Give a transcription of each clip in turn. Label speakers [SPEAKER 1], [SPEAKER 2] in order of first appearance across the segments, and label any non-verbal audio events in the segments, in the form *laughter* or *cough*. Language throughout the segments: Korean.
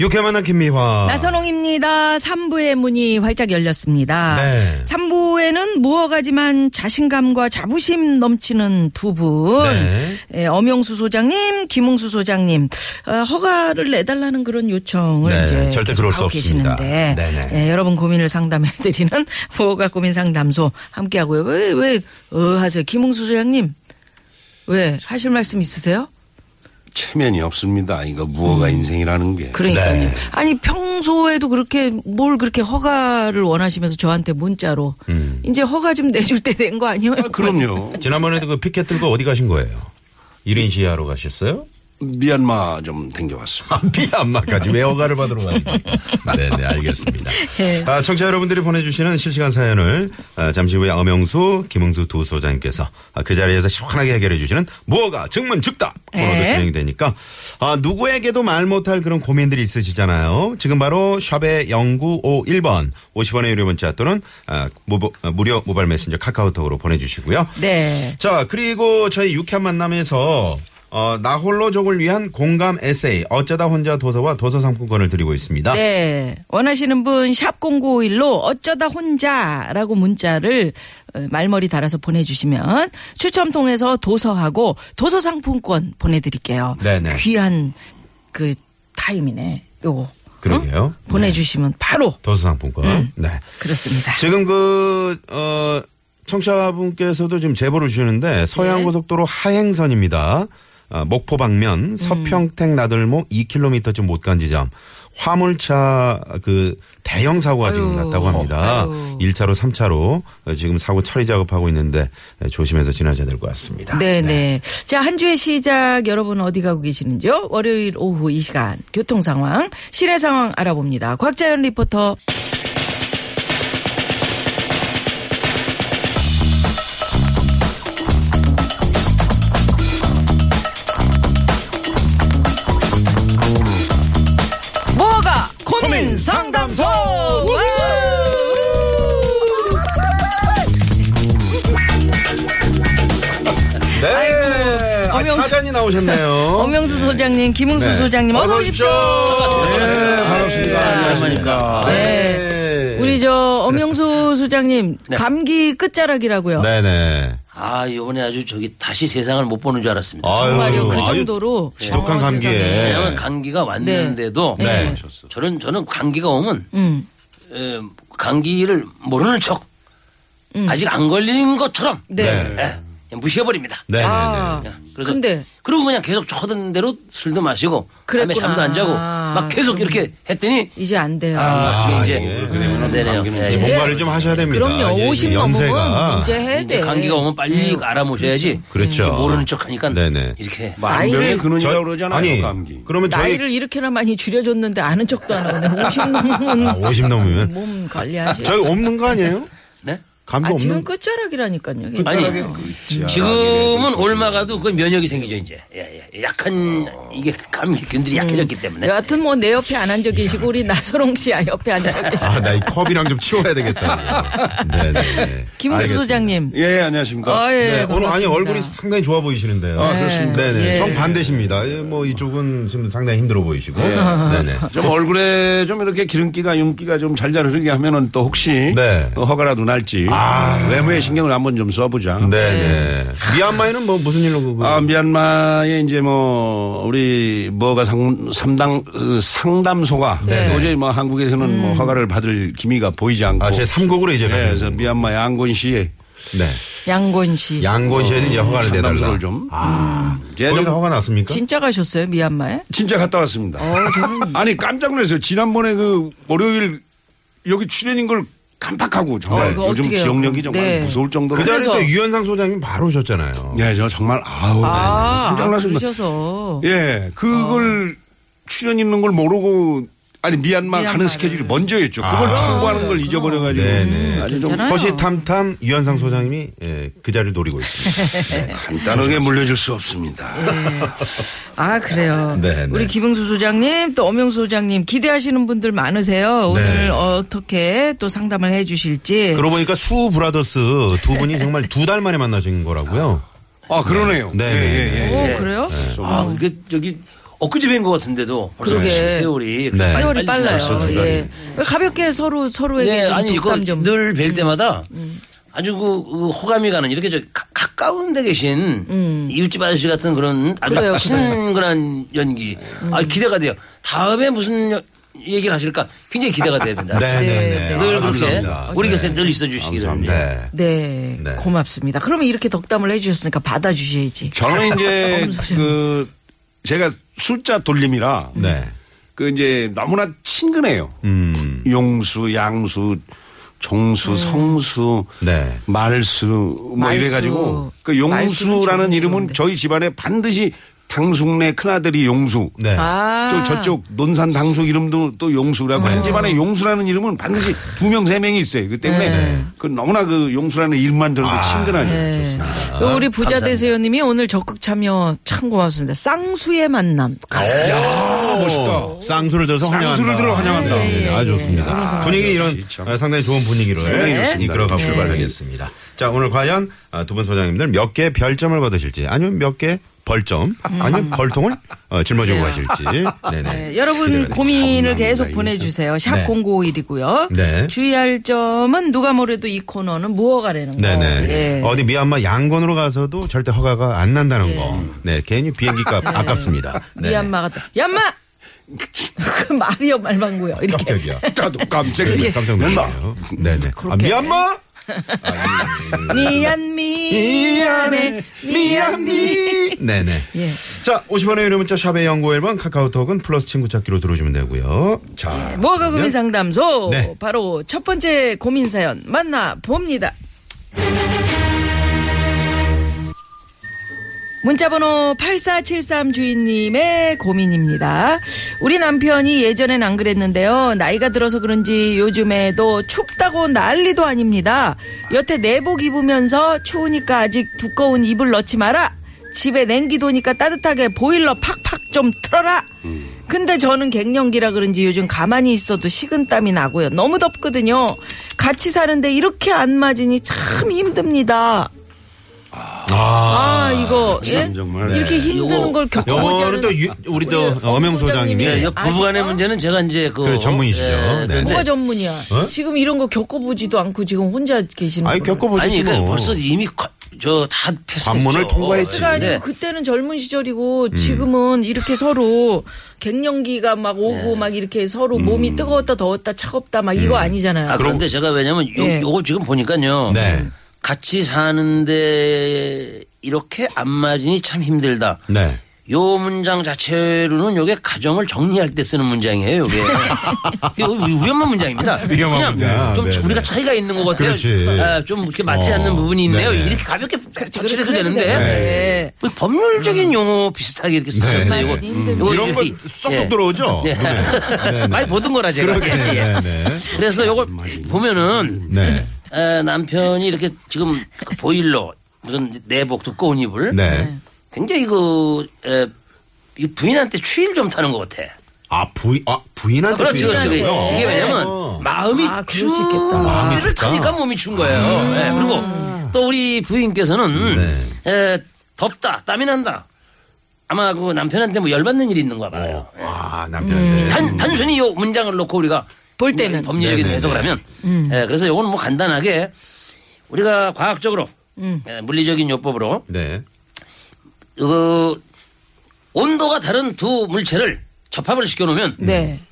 [SPEAKER 1] 유쾌 만난 김미화.
[SPEAKER 2] 나선홍입니다. 3부의 문이 활짝 열렸습니다.
[SPEAKER 1] 네.
[SPEAKER 2] 3부에는 무어가지만 자신감과 자부심 넘치는 두 분.
[SPEAKER 1] 네.
[SPEAKER 2] 예, 엄영수 소장님, 김웅수 소장님. 어, 허가를 내달라는 그런 요청을
[SPEAKER 1] 네,
[SPEAKER 2] 이제
[SPEAKER 1] 절대 그럴 수
[SPEAKER 2] 하고
[SPEAKER 1] 없습니다.
[SPEAKER 2] 계시는데
[SPEAKER 1] 네네.
[SPEAKER 2] 예, 여러분 고민을 상담해드리는 *laughs* 무어가 고민 상담소 함께하고요. 왜, 왜, 어, 하세요. 김웅수 소장님. 왜 하실 말씀 있으세요?
[SPEAKER 3] 체면이 없습니다. 이거 무허가 인생이라는 게.
[SPEAKER 2] 음. 그러니까요.
[SPEAKER 1] 네.
[SPEAKER 2] 아니 평소에도 그렇게 뭘 그렇게 허가를 원하시면서 저한테 문자로
[SPEAKER 1] 음.
[SPEAKER 2] 이제 허가 좀 내줄 때 된 거
[SPEAKER 1] *laughs*
[SPEAKER 2] 아니에요?
[SPEAKER 3] 아, 그럼요.
[SPEAKER 1] 지난번에도 그 피켓 들고 어디 가신 거예요? 1인 시위하러 가셨어요?
[SPEAKER 3] 미얀마 좀 댕겨왔습니다.
[SPEAKER 1] 아, 미얀마까지 왜 허가를 받으러 가십니까? 네네, 알겠습니다. 아, 청취자 여러분들이 보내주시는 실시간 사연을 아, 잠시 후에 엄영수, 김웅수 두 소장님께서 아, 그 자리에서 시원하게 해결해 주시는 무허가 증문 즉답 코너도
[SPEAKER 2] 네.
[SPEAKER 1] 진행되니까 아, 누구에게도 말 못할 그런 고민들이 있으시잖아요. 지금 바로 샵의 0951번 50원의 유료 문자 또는 아, 모보- 아, 무료 모바일 메신저 카카오톡으로 보내주시고요.
[SPEAKER 2] 네.
[SPEAKER 1] 자, 그리고 저희 유쾌한 만남에서 어, 나홀로족을 위한 공감 에세이 어쩌다 혼자 도서와 도서 상품권을 드리고 있습니다.
[SPEAKER 2] 네. 원하시는 분 샵 0951로 어쩌다 혼자라고 문자를 어, 말머리 달아서 보내주시면 추첨 통해서 도서하고 도서 상품권 보내드릴게요.
[SPEAKER 1] 네네.
[SPEAKER 2] 귀한 그 타임이네. 요거.
[SPEAKER 1] 그러게요.
[SPEAKER 2] 응? 보내주시면 바로
[SPEAKER 1] 도서 상품권.
[SPEAKER 2] 음.
[SPEAKER 1] 네.
[SPEAKER 2] 그렇습니다.
[SPEAKER 1] 지금 그 어, 청취자분께서도 지금 제보를 주시는데
[SPEAKER 2] 예.
[SPEAKER 1] 서해안고속도로 하행선입니다. 아, 목포
[SPEAKER 2] 음.
[SPEAKER 1] 방면 서평택 나들목 2km쯤 못 간 지점 화물차 그 대형 사고가 지금
[SPEAKER 2] 아유, 어,
[SPEAKER 1] 났다고 합니다.
[SPEAKER 2] 아유.
[SPEAKER 1] 1차로 3차로 지금 사고 처리 작업하고 있는데 조심해서 지나셔야 될 것 같습니다.
[SPEAKER 2] 아, 네네. 자, 한 주의 시작 여러분 어디 가고 계시는지요? 월요일 오후 이 시간 교통 상황, 시내 상황 알아봅니다. 곽자연 리포터. 뭐가 고민 상담소!
[SPEAKER 1] 네. 아,
[SPEAKER 2] 엄영수-
[SPEAKER 1] 사단이 나오셨네요.
[SPEAKER 2] *laughs* 엄영수 소장님, 김웅수
[SPEAKER 1] 네.
[SPEAKER 2] 소장님 어서 오십시오.
[SPEAKER 4] 예,
[SPEAKER 1] 네, 반갑습니다. 안녕하십니까.
[SPEAKER 2] 네. 우리 저 엄영수 소장님 감기 끝자락이라고요.
[SPEAKER 1] 네. 네네.
[SPEAKER 4] 아, 요번에 아주 저기 다시 세상을 못 보는 줄 알았습니다.
[SPEAKER 2] 정말요 그
[SPEAKER 1] 아유,
[SPEAKER 2] 정도로
[SPEAKER 1] 지독한
[SPEAKER 2] 어,
[SPEAKER 1] 감기에.
[SPEAKER 2] 세상에.
[SPEAKER 4] 왜냐면 감기가 왔는데도
[SPEAKER 1] 네.
[SPEAKER 4] 저는 저는 감기가 오면
[SPEAKER 2] 음.
[SPEAKER 4] 에, 감기를 모르는 척 아직 안 걸린 것처럼
[SPEAKER 2] 음. 네.
[SPEAKER 4] 예, 그냥 무시해버립니다. 예,
[SPEAKER 1] 네네네.
[SPEAKER 2] 아,
[SPEAKER 4] 그냥 그래서
[SPEAKER 2] 근데
[SPEAKER 4] 그리고 그냥 계속 쳐든 대로 술도 마시고 밤에
[SPEAKER 2] 그랬구나.
[SPEAKER 4] 잠도 안 자고 막 계속
[SPEAKER 2] 그럼.
[SPEAKER 4] 이렇게 했더니
[SPEAKER 2] 이제 안 돼요.
[SPEAKER 4] 아,
[SPEAKER 1] 아,
[SPEAKER 4] 이제
[SPEAKER 1] 예.
[SPEAKER 4] 이제 안 되네요. 예,
[SPEAKER 1] 이제
[SPEAKER 4] 이제,
[SPEAKER 1] 뭔가를 좀 하셔야 됩니다.
[SPEAKER 2] 그럼요.
[SPEAKER 1] 예,
[SPEAKER 2] 50
[SPEAKER 1] 예,
[SPEAKER 2] 넘으면 이제 해야 돼. 음.
[SPEAKER 4] 이제 감기가 오면 빨리 알아모셔야지.
[SPEAKER 1] 그렇죠.
[SPEAKER 4] 이렇게 모르는 척하니까
[SPEAKER 1] 네네.
[SPEAKER 4] 이렇게
[SPEAKER 3] 만병의 근원이라고
[SPEAKER 1] 저-
[SPEAKER 3] 그러잖아요.
[SPEAKER 1] 아니,
[SPEAKER 3] 감기.
[SPEAKER 1] 그러면 저희
[SPEAKER 2] 나이를 이렇게나 많이 줄여줬는데 아는 척도 안 하네. 50 넘으면
[SPEAKER 1] *laughs* 아, 50 넘으면
[SPEAKER 2] 몸 관리하지.
[SPEAKER 1] 저희 없는 거 아니에요?
[SPEAKER 4] 네?
[SPEAKER 1] 감기
[SPEAKER 2] 아, 지금
[SPEAKER 1] 없는
[SPEAKER 2] 끝자락이라니까요.
[SPEAKER 4] 아니
[SPEAKER 3] 자,
[SPEAKER 4] 지금은 올마가도 그 면역이 생기죠 이제 예, 예. 약한
[SPEAKER 2] 어.
[SPEAKER 4] 이게 감기균들이
[SPEAKER 2] 음.
[SPEAKER 4] 약해졌기 때문에
[SPEAKER 2] 여하튼 뭐 내 옆에 안 앉아 계시고 우리 나서롱 씨 옆에 앉아 계시고
[SPEAKER 1] 아, 나 이 컵이랑 좀 치워야 되겠다. 네네.
[SPEAKER 2] 김은수 소장님.
[SPEAKER 3] 예, 안녕하십니까.
[SPEAKER 2] 아, 예,
[SPEAKER 1] 네, 오늘 아니
[SPEAKER 2] 반갑습니다.
[SPEAKER 1] 얼굴이 상당히 좋아 보이시는데요.
[SPEAKER 3] 아, 그렇습니까?
[SPEAKER 1] 네네.
[SPEAKER 2] 예.
[SPEAKER 1] 정 반대십니다. 예, 뭐 이쪽은 지금 상당히 힘들어 보이시고.
[SPEAKER 3] 예.
[SPEAKER 1] 네네.
[SPEAKER 3] 좀 얼굴에 좀 이렇게 기름기가 윤기가 좀 잘 자르게 하면은 또 혹시
[SPEAKER 1] 네. 아.
[SPEAKER 3] 어, 허가라도 날지 외모에 신경을 한번 좀 써보자.
[SPEAKER 1] 네네. 미얀마에는 뭐 무슨 일로 그거?
[SPEAKER 3] 아, 미얀마에 이제 뭐 우리 뭐가 상, 상담 상담소가 도저히 뭐 한국에서는 뭐 허가를 받을 기미가 보이지 않고
[SPEAKER 1] 아, 제 3국으로 이제
[SPEAKER 3] 예,
[SPEAKER 1] 가서.
[SPEAKER 3] 그래서 미얀마 양곤시에
[SPEAKER 1] 네.
[SPEAKER 2] 양곤 씨.
[SPEAKER 1] 양곤 씨는 이제 허가를 내달라.
[SPEAKER 3] 상담소를 어, 좀 음.
[SPEAKER 1] 아,
[SPEAKER 3] 제
[SPEAKER 1] 거기서
[SPEAKER 3] 좀
[SPEAKER 1] 허가 났습니까?
[SPEAKER 2] 진짜 가셨어요 미얀마에? 어,
[SPEAKER 3] 진짜 갔다 왔습니다.
[SPEAKER 1] 네.
[SPEAKER 3] 아니 깜짝 놀랐어요. 지난번에 그 월요일 여기 출연인 걸 깜빡하고 정말
[SPEAKER 2] 어, 그거
[SPEAKER 3] 요즘
[SPEAKER 2] 어떡해요,
[SPEAKER 3] 기억력이
[SPEAKER 2] 그럼.
[SPEAKER 3] 정말
[SPEAKER 2] 네.
[SPEAKER 3] 무서울 정도로.
[SPEAKER 1] 그 자리에
[SPEAKER 2] 그래서-
[SPEAKER 1] 또 유현상 소장님 바로 오셨잖아요.
[SPEAKER 3] 네, 저 정말 아우
[SPEAKER 2] 아,
[SPEAKER 3] 깜짝
[SPEAKER 2] 아
[SPEAKER 3] 놀랐습니다.
[SPEAKER 2] 그러셔서.
[SPEAKER 3] 예, 그걸 출연 있는 걸 모르고 아니 미얀마 가는
[SPEAKER 2] 미얀마를.
[SPEAKER 3] 스케줄이 먼저였죠. 그걸 통과하는 걸 잊어버려가지고
[SPEAKER 1] 네네.
[SPEAKER 3] 아주 좀
[SPEAKER 2] 괜찮아요.
[SPEAKER 1] 허시탐탐 유현상 소장님이 예, 그 자리를 노리고 있습니다. 네.
[SPEAKER 3] 간단하게 물려줄 수 없습니다.
[SPEAKER 2] 아 그래요.
[SPEAKER 1] 네, 네.
[SPEAKER 2] 우리 김영수 소장님 또 엄영수 소장님 기대하시는 분들 많으세요. 오늘
[SPEAKER 1] 네.
[SPEAKER 2] 어떻게 또 상담을 해주실지.
[SPEAKER 1] 그러고 보니까 수 브라더스 두 분이 정말 두 달 만에 만나신 거라고요.
[SPEAKER 3] 아 그러네요.
[SPEAKER 1] 네,
[SPEAKER 3] 예,
[SPEAKER 1] 네,
[SPEAKER 3] 예, 예.
[SPEAKER 2] 오
[SPEAKER 4] 예.
[SPEAKER 2] 어, 그래요?
[SPEAKER 4] 아, 이게 저기 엊그제 뵌 것 같은데도 벌써
[SPEAKER 2] 그러게.
[SPEAKER 4] 세월이
[SPEAKER 1] 네.
[SPEAKER 4] 빨리
[SPEAKER 2] 세월이
[SPEAKER 4] 빨리
[SPEAKER 2] 빨라요.
[SPEAKER 4] 지나갔어요.
[SPEAKER 1] 두 달이.
[SPEAKER 2] 예. 가볍게 서로 서로에게
[SPEAKER 4] 네,
[SPEAKER 2] 좀
[SPEAKER 4] 아니 이거
[SPEAKER 2] 예, 독담 좀.
[SPEAKER 4] 늘 뵐 때마다
[SPEAKER 2] 음.
[SPEAKER 4] 아주 그, 그 호감이 가는 이렇게 저 가, 가까운 데 계신 이웃집 아저씨 같은 그런 아주
[SPEAKER 2] 음. 그래요, 음.
[SPEAKER 4] 친근한 연기. 아 기대가 돼요. 다음에 무슨 여- 얘기를 하실까 굉장히 기대가 됩니다.
[SPEAKER 1] 네네네.
[SPEAKER 2] 네.
[SPEAKER 4] 아, 늘 그렇게
[SPEAKER 1] 감사합니다.
[SPEAKER 4] 우리
[SPEAKER 1] 네.
[SPEAKER 4] 곁에 늘 있어 주시기 바랍니다.
[SPEAKER 1] 네.
[SPEAKER 2] 네,
[SPEAKER 1] 네.
[SPEAKER 2] 고맙습니다. 그러면 이렇게 덕담을 해주셨으니까 받아주셔야지.
[SPEAKER 3] 저는 이제
[SPEAKER 2] 엄소심.
[SPEAKER 3] 그 제가 숫자 돌림이라
[SPEAKER 1] 네.
[SPEAKER 3] 그 이제 너무나 친근해요.
[SPEAKER 1] 음.
[SPEAKER 3] 용수, 양수, 종수, 성수,
[SPEAKER 1] 네.
[SPEAKER 3] 말수 뭐
[SPEAKER 2] 말수.
[SPEAKER 3] 이래가지고 그
[SPEAKER 2] 말수는
[SPEAKER 3] 용수라는
[SPEAKER 2] 정말
[SPEAKER 3] 이름은
[SPEAKER 2] 좋은데.
[SPEAKER 3] 저희 집안에 반드시 당숙네 큰아들이 용수.
[SPEAKER 1] 네.
[SPEAKER 2] 아,
[SPEAKER 3] 저, 저쪽 논산 당숙 이름도 또 용수라고 한 집안에 용수라는 이름은 반드시 두 명 세 명이 있어요. 그 때문에 그 너무나 그 용수라는 이름만 들어도 친근하죠.
[SPEAKER 2] 또 우리 부자 대세요님이 오늘 적극 참여 참 고맙습니다. 쌍수의 만남.
[SPEAKER 3] 아, 멋있다.
[SPEAKER 1] 쌍수를 들어서 환영한다.
[SPEAKER 3] 쌍수를 들어 환영한다.
[SPEAKER 1] 네, 아주 좋습니다. 분위기 이런 아, 상당히 좋은 분위기로 예,
[SPEAKER 3] 상당히 좋습니다.
[SPEAKER 1] 이끌어가
[SPEAKER 3] 네.
[SPEAKER 1] 출발하겠습니다. 자, 오늘 과연 아, 두 분 소장님들 몇 개 별점을 받으실지 아니면 몇 개 벌점 아니면 벌통을 어, 짊어지고 가실지. 네네.
[SPEAKER 2] 네, 여러분
[SPEAKER 1] 기대가
[SPEAKER 2] 고민을
[SPEAKER 1] 됩니다.
[SPEAKER 2] 계속
[SPEAKER 1] 이게.
[SPEAKER 2] 보내주세요. 샵
[SPEAKER 1] 네.
[SPEAKER 2] 0951이고요.
[SPEAKER 1] 네.
[SPEAKER 2] 주의할 점은 누가 뭐래도 이 코너는 무허가라는 거.
[SPEAKER 1] 네네.
[SPEAKER 2] 예.
[SPEAKER 1] 어디 미얀마 양곤으로 가서도 절대 허가가 안 난다는 거. 네. 괜히 비행기 값 아깝습니다. 네네.
[SPEAKER 2] 미얀마 같다. 얀마! *laughs* 그 말이요, 말방구요. 이렇게.
[SPEAKER 1] 깜짝이야.
[SPEAKER 3] 나도 깜짝
[SPEAKER 1] 네, 깜짝 놀랐네요. 네네. 아,
[SPEAKER 2] 그렇게.
[SPEAKER 1] 미얀마?
[SPEAKER 2] 미안, 미안해. 미안, 미.
[SPEAKER 1] 네네.
[SPEAKER 2] 예.
[SPEAKER 1] 자, 50원의 유료 문자 샵의 연구 앨범 카카오톡은 플러스 친구 찾기로 들어주면 되고요. 자.
[SPEAKER 2] 예, 뭐가
[SPEAKER 1] 그러면
[SPEAKER 2] 고민 상담소?
[SPEAKER 1] 네.
[SPEAKER 2] 바로 첫 번째 고민 사연 만나 봅니다. 문자번호 8473 주인님의 고민입니다. 우리 남편이 예전엔 안 그랬는데요. 나이가 들어서 그런지 요즘에도 춥다고 난리도 아닙니다. 여태 내복 입으면서 추우니까 아직 두꺼운 이불 넣지 마라. 집에 냉기도니까 따뜻하게 보일러 팍팍 좀 틀어라. 근데 저는 갱년기라 그런지 요즘 가만히 있어도 식은땀이 나고요. 너무 덥거든요. 같이 사는데 이렇게 안 맞으니 참 힘듭니다. 아, 이거 예?
[SPEAKER 3] 참 정말.
[SPEAKER 2] 이렇게 힘든
[SPEAKER 4] 요거-
[SPEAKER 2] 걸 겪어보지
[SPEAKER 1] 네. 요거는
[SPEAKER 2] 않은
[SPEAKER 1] 또 유- 우리 또 엄영 소장님이
[SPEAKER 4] 예,
[SPEAKER 2] 네,
[SPEAKER 4] 여- 부부간의
[SPEAKER 2] 아시죠?
[SPEAKER 4] 문제는 제가 이제 그
[SPEAKER 1] 그래, 전문이시죠. 네. 어?
[SPEAKER 4] 근데
[SPEAKER 2] 뭐가 전문이야? 지금 이런 거 겪어보지도 않고 지금 혼자 계시는
[SPEAKER 1] 아니
[SPEAKER 2] 분을.
[SPEAKER 1] 겪어보시죠.
[SPEAKER 4] 아니 그
[SPEAKER 1] 뭐.
[SPEAKER 4] 벌써 이미 저 다 네. 패스
[SPEAKER 1] 관문을 통과했지.
[SPEAKER 2] 그때가 그러니까 아니고 그때는 젊은 시절이고
[SPEAKER 1] 음.
[SPEAKER 2] 지금은 이렇게 서로 갱년기가 막
[SPEAKER 4] 네.
[SPEAKER 2] 오고 막 이렇게 서로
[SPEAKER 1] 음.
[SPEAKER 2] 몸이 뜨거웠다 더웠다 차갑다 막 이거 아니잖아요.
[SPEAKER 4] 아, 그런데 제가 왜냐면 요,
[SPEAKER 2] 예.
[SPEAKER 4] 요거 지금 보니까요.
[SPEAKER 1] 네.
[SPEAKER 4] 같이 사는데 이렇게 안 맞으니 참 힘들다.
[SPEAKER 1] 네.
[SPEAKER 4] 요 문장 자체로는 요게 가정을 정리할 때 쓰는 문장이에요,
[SPEAKER 1] *laughs*
[SPEAKER 4] 요게. 이게 위험한 문장입니다.
[SPEAKER 1] 위험한
[SPEAKER 4] 그냥
[SPEAKER 1] 문장.
[SPEAKER 4] 좀
[SPEAKER 1] 네, 네.
[SPEAKER 4] 우리가 차이가 있는 것 같아요.
[SPEAKER 1] 그렇지.
[SPEAKER 4] 아, 좀 이렇게 맞지
[SPEAKER 1] 어.
[SPEAKER 4] 않는 부분이 있네요.
[SPEAKER 1] 네, 네.
[SPEAKER 4] 이렇게 가볍게 터치해도
[SPEAKER 2] 그래도
[SPEAKER 4] 되는데.
[SPEAKER 2] 되는데.
[SPEAKER 4] 뭐 법률적인
[SPEAKER 1] 음.
[SPEAKER 4] 용어 비슷하게 이렇게 쓰셨어요.
[SPEAKER 2] 네.
[SPEAKER 4] 요거.
[SPEAKER 2] 음.
[SPEAKER 4] 요거
[SPEAKER 1] 이런 건
[SPEAKER 4] 이렇게,
[SPEAKER 1] 쏙쏙
[SPEAKER 4] 예.
[SPEAKER 1] 들어오죠.
[SPEAKER 4] 네.
[SPEAKER 1] 네, 네.
[SPEAKER 4] 많이 보던 거라 제가.
[SPEAKER 1] 그러게.
[SPEAKER 4] 예, 예.
[SPEAKER 1] 네, 네.
[SPEAKER 4] 그래서 요걸 보면은
[SPEAKER 1] 네.
[SPEAKER 4] 에, 남편이 이렇게 지금 그 보일러 무슨 내복 두꺼운 이불
[SPEAKER 1] 네.
[SPEAKER 4] 굉장히 그 에, 이 부인한테 추위를 좀 타는 것 같아.
[SPEAKER 1] 아 부인 아 부인한테
[SPEAKER 4] 그렇지 그렇지.
[SPEAKER 1] 주의를
[SPEAKER 4] 그렇지.
[SPEAKER 1] 하고요?
[SPEAKER 4] 이게 왜냐면
[SPEAKER 1] 어.
[SPEAKER 4] 마음이
[SPEAKER 2] 아, 그럴 수 있겠다.
[SPEAKER 1] 마음이
[SPEAKER 4] 추위를
[SPEAKER 1] 춥다. 아.
[SPEAKER 4] 타니까 몸이 추운 거예요. 예, 그리고 또 우리 부인께서는
[SPEAKER 1] 네.
[SPEAKER 4] 에, 덥다 땀이 난다. 아마 그 남편한테 뭐 열받는 일이 있는가 봐요. 음.
[SPEAKER 1] 아 남편한테
[SPEAKER 4] 단, 단순히 요 문장을 놓고 우리가
[SPEAKER 2] 볼 때는.
[SPEAKER 4] 법률적인
[SPEAKER 1] 네네네.
[SPEAKER 4] 해석을 하면
[SPEAKER 2] 음.
[SPEAKER 4] 예, 그래서 요건 뭐 간단하게 우리가 과학적으로
[SPEAKER 2] 음.
[SPEAKER 4] 예, 물리적인 요법으로
[SPEAKER 1] 네.
[SPEAKER 4] 그 온도가 다른 두 물체를 접합을 시켜놓으면
[SPEAKER 2] 네.
[SPEAKER 4] 음.